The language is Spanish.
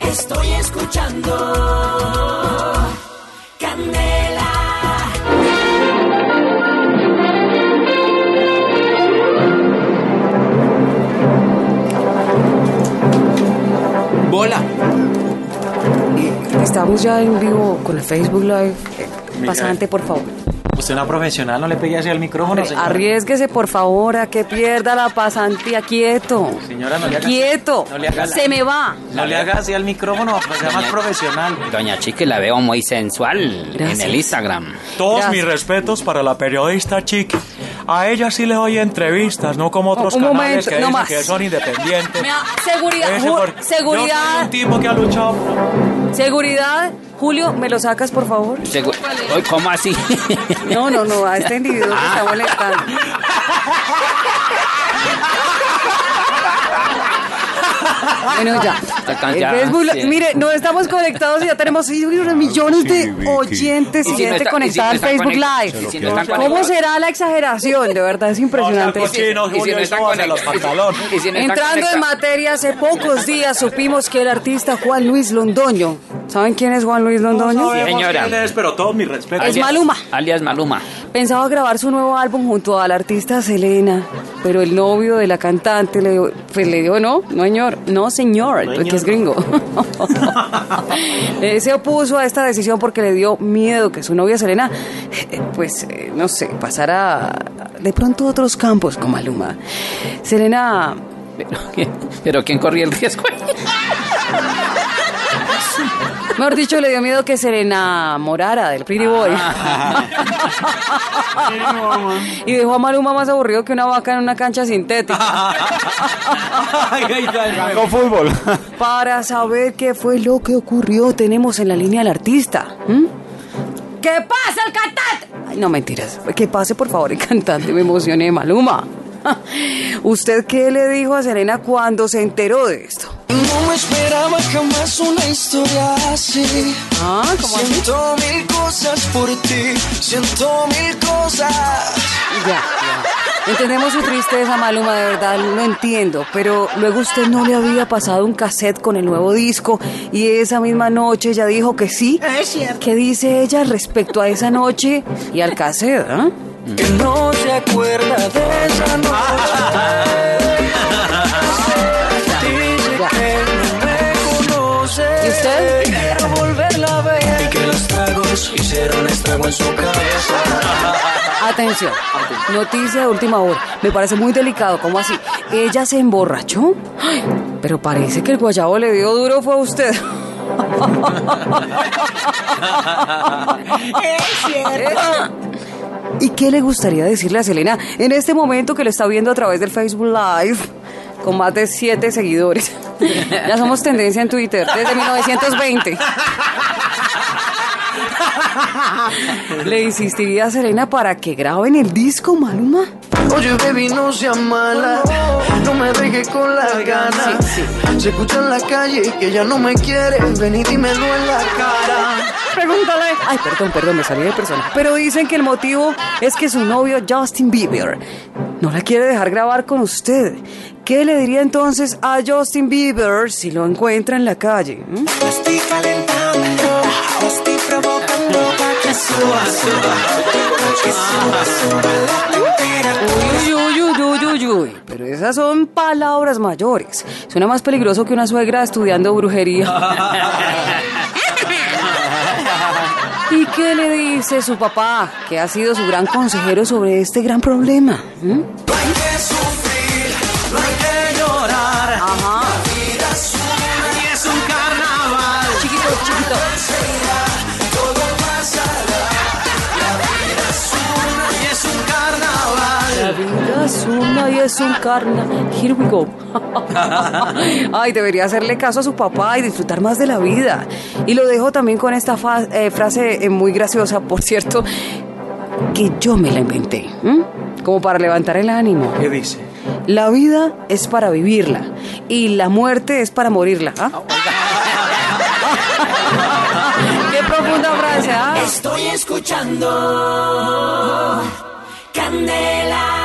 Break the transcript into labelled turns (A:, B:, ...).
A: estoy escuchando. Candela.
B: Bola.
C: Estamos ya en vivo con el Facebook Live. Eh, Pasante, por favor.
B: Usted es una profesional, no le pegue así al micrófono,
C: Hombre,
B: señora.
C: arriesguese, por favor, a que pierda la pasantía. Quieto.
B: Señora, no le haga-
C: Quieto.
B: no le haga-
C: Se me va.
B: No le haga así al micrófono, sea más profesional.
D: Doña Chiqui la veo muy sensual
C: Gracias.
D: en el Instagram.
E: Todos
C: Gracias.
E: mis respetos para la periodista Chiqui. A ella sí le doy entrevistas, no como otros
C: Un
E: canales
C: momento,
E: que
C: no
E: dicen
C: más.
E: que son independientes.
C: Me da seguridad,
E: Ese
C: Ju-
E: por- Yo soy
C: seguridad,
E: un tipo que ha luchado.
C: seguridad. Julio, ¿me lo sacas, por favor?
D: Segu- Uy, ¿Cómo así?
C: No, no, no, a este individuo que
D: Ah.
C: está molestando. Bueno, ya.
D: Sacan
C: El
D: ya,
C: Facebook,
D: sí.
C: Mire, no estamos conectados y ya tenemos millones de oyentes
D: Ah, Y
C: y
D: si no
C: gente
D: está-
C: conectada
D: y
C: al
D: si no están
C: Facebook
D: conect-
C: Live.
D: y si no están
C: ¿Cómo
D: conectados-
C: será la exageración? De verdad, es impresionante.
E: No, cochino,
D: Y si
E: Julio,
D: no
E: y
D: están
E: súbase los
D: conectados- y si-
E: pantalones.
D: y si no están
C: Entrando en
D: conectados-
C: materia, hace pocos días supimos que el artista Juan Luis Londoño, ¿saben quién es Juan Luis Londoño?
E: No sabemos
D: Señora.
E: quién es, pero todos mis respetos.
C: Es Maluma.
D: Alias Maluma.
C: Pensaba grabar su nuevo álbum junto a la artista Selena, pero el novio de la cantante le dijo, pues le dijo, no, no señor, no señor, porque es gringo. Eh, se opuso a esta decisión porque le dio miedo que su novia Selena, eh, pues, eh, no sé, pasara de pronto a otros campos con Maluma. Selena
D: Pero, pero ¿quién corría el riesgo?
C: Mejor dicho, le dio miedo que se le enamorara del Pretty Boy. Ah. y dejó a Maluma más aburrido que una vaca en una cancha sintética.
E: Ay, ay, ay, ay.
F: fútbol.
C: Para saber qué fue lo que ocurrió, tenemos en la línea al artista. ¿Mm? ¿Qué pasa, el cantante? Ay, no, mentiras. Que pase, por favor, el cantante. Me emocioné, Maluma. ¿Usted qué le dijo a Serena cuando se enteró de esto?
G: No me esperaba jamás una historia así.
C: Ah, ¿cómo así?
G: Siento mil cosas por ti, siento mil cosas.
C: Ya, ya. Entendemos su tristeza, Maluma, de verdad, lo entiendo. Pero luego usted no le había pasado un cassette con el nuevo disco y esa misma noche ella dijo que sí. Es cierto. ¿Qué dice ella respecto a esa noche y al cassette? ah?
G: Que no se acuerda de esa
C: Ya.
G: noche. Dice que no me conoce.
C: ¿Y usted?
G: Quiero volverla a ver. Y que los tragos hicieron estrago en su cabeza.
C: Atención, noticia de última hora. Me parece muy delicado, ¿cómo así? ¿Ella se emborrachó? Ay, pero parece que el guayabo le dio duro fue a usted. ¿Y qué le gustaría decirle a Selena en este momento que lo está viendo a través del Facebook Live con más de 7 seguidores? Ya somos tendencia en Twitter desde 1920. ¿Le insistiría a Selena para que graben el disco, Maluma?
G: Oye, baby, no seas mala. No me dejes con las ganas. Se escucha en la calle que ya no me quieres. Ven y dímelo en la cara.
C: Pregúntale. Ay, perdón, perdón, me salí de persona. Pero dicen que el motivo es que su novio Justin Bieber no la quiere dejar grabar con usted. ¿Qué le diría entonces a Justin Bieber si lo encuentra en la calle? ¿Mm?
A: La estoy calentando, la estoy provocando para que suba, suba, que suba, suba la temperatura.
C: Uy, uy, uy, uy, uy, uy. Pero esas son palabras mayores. Suena más peligroso que una suegra estudiando brujería. ¿Y qué le dice su papá, que ha sido su gran consejero sobre este gran problema? ¿Mm?
G: No hay que sufrir, no hay que llorar.
C: Chiquito, chiquito. La vida es una y es un carnaval. Here we go. Ay, debería hacerle caso a su papá y disfrutar más de la vida. Y lo dejo también con esta fa- eh, frase eh, muy graciosa, por cierto, que yo me la inventé. ¿m? Como para levantar el ánimo.
E: ¿Qué dice?
C: La vida es para vivirla y la muerte es para morirla. ¿ah? Qué profunda frase, ¿ah?
A: Estoy escuchando Candela.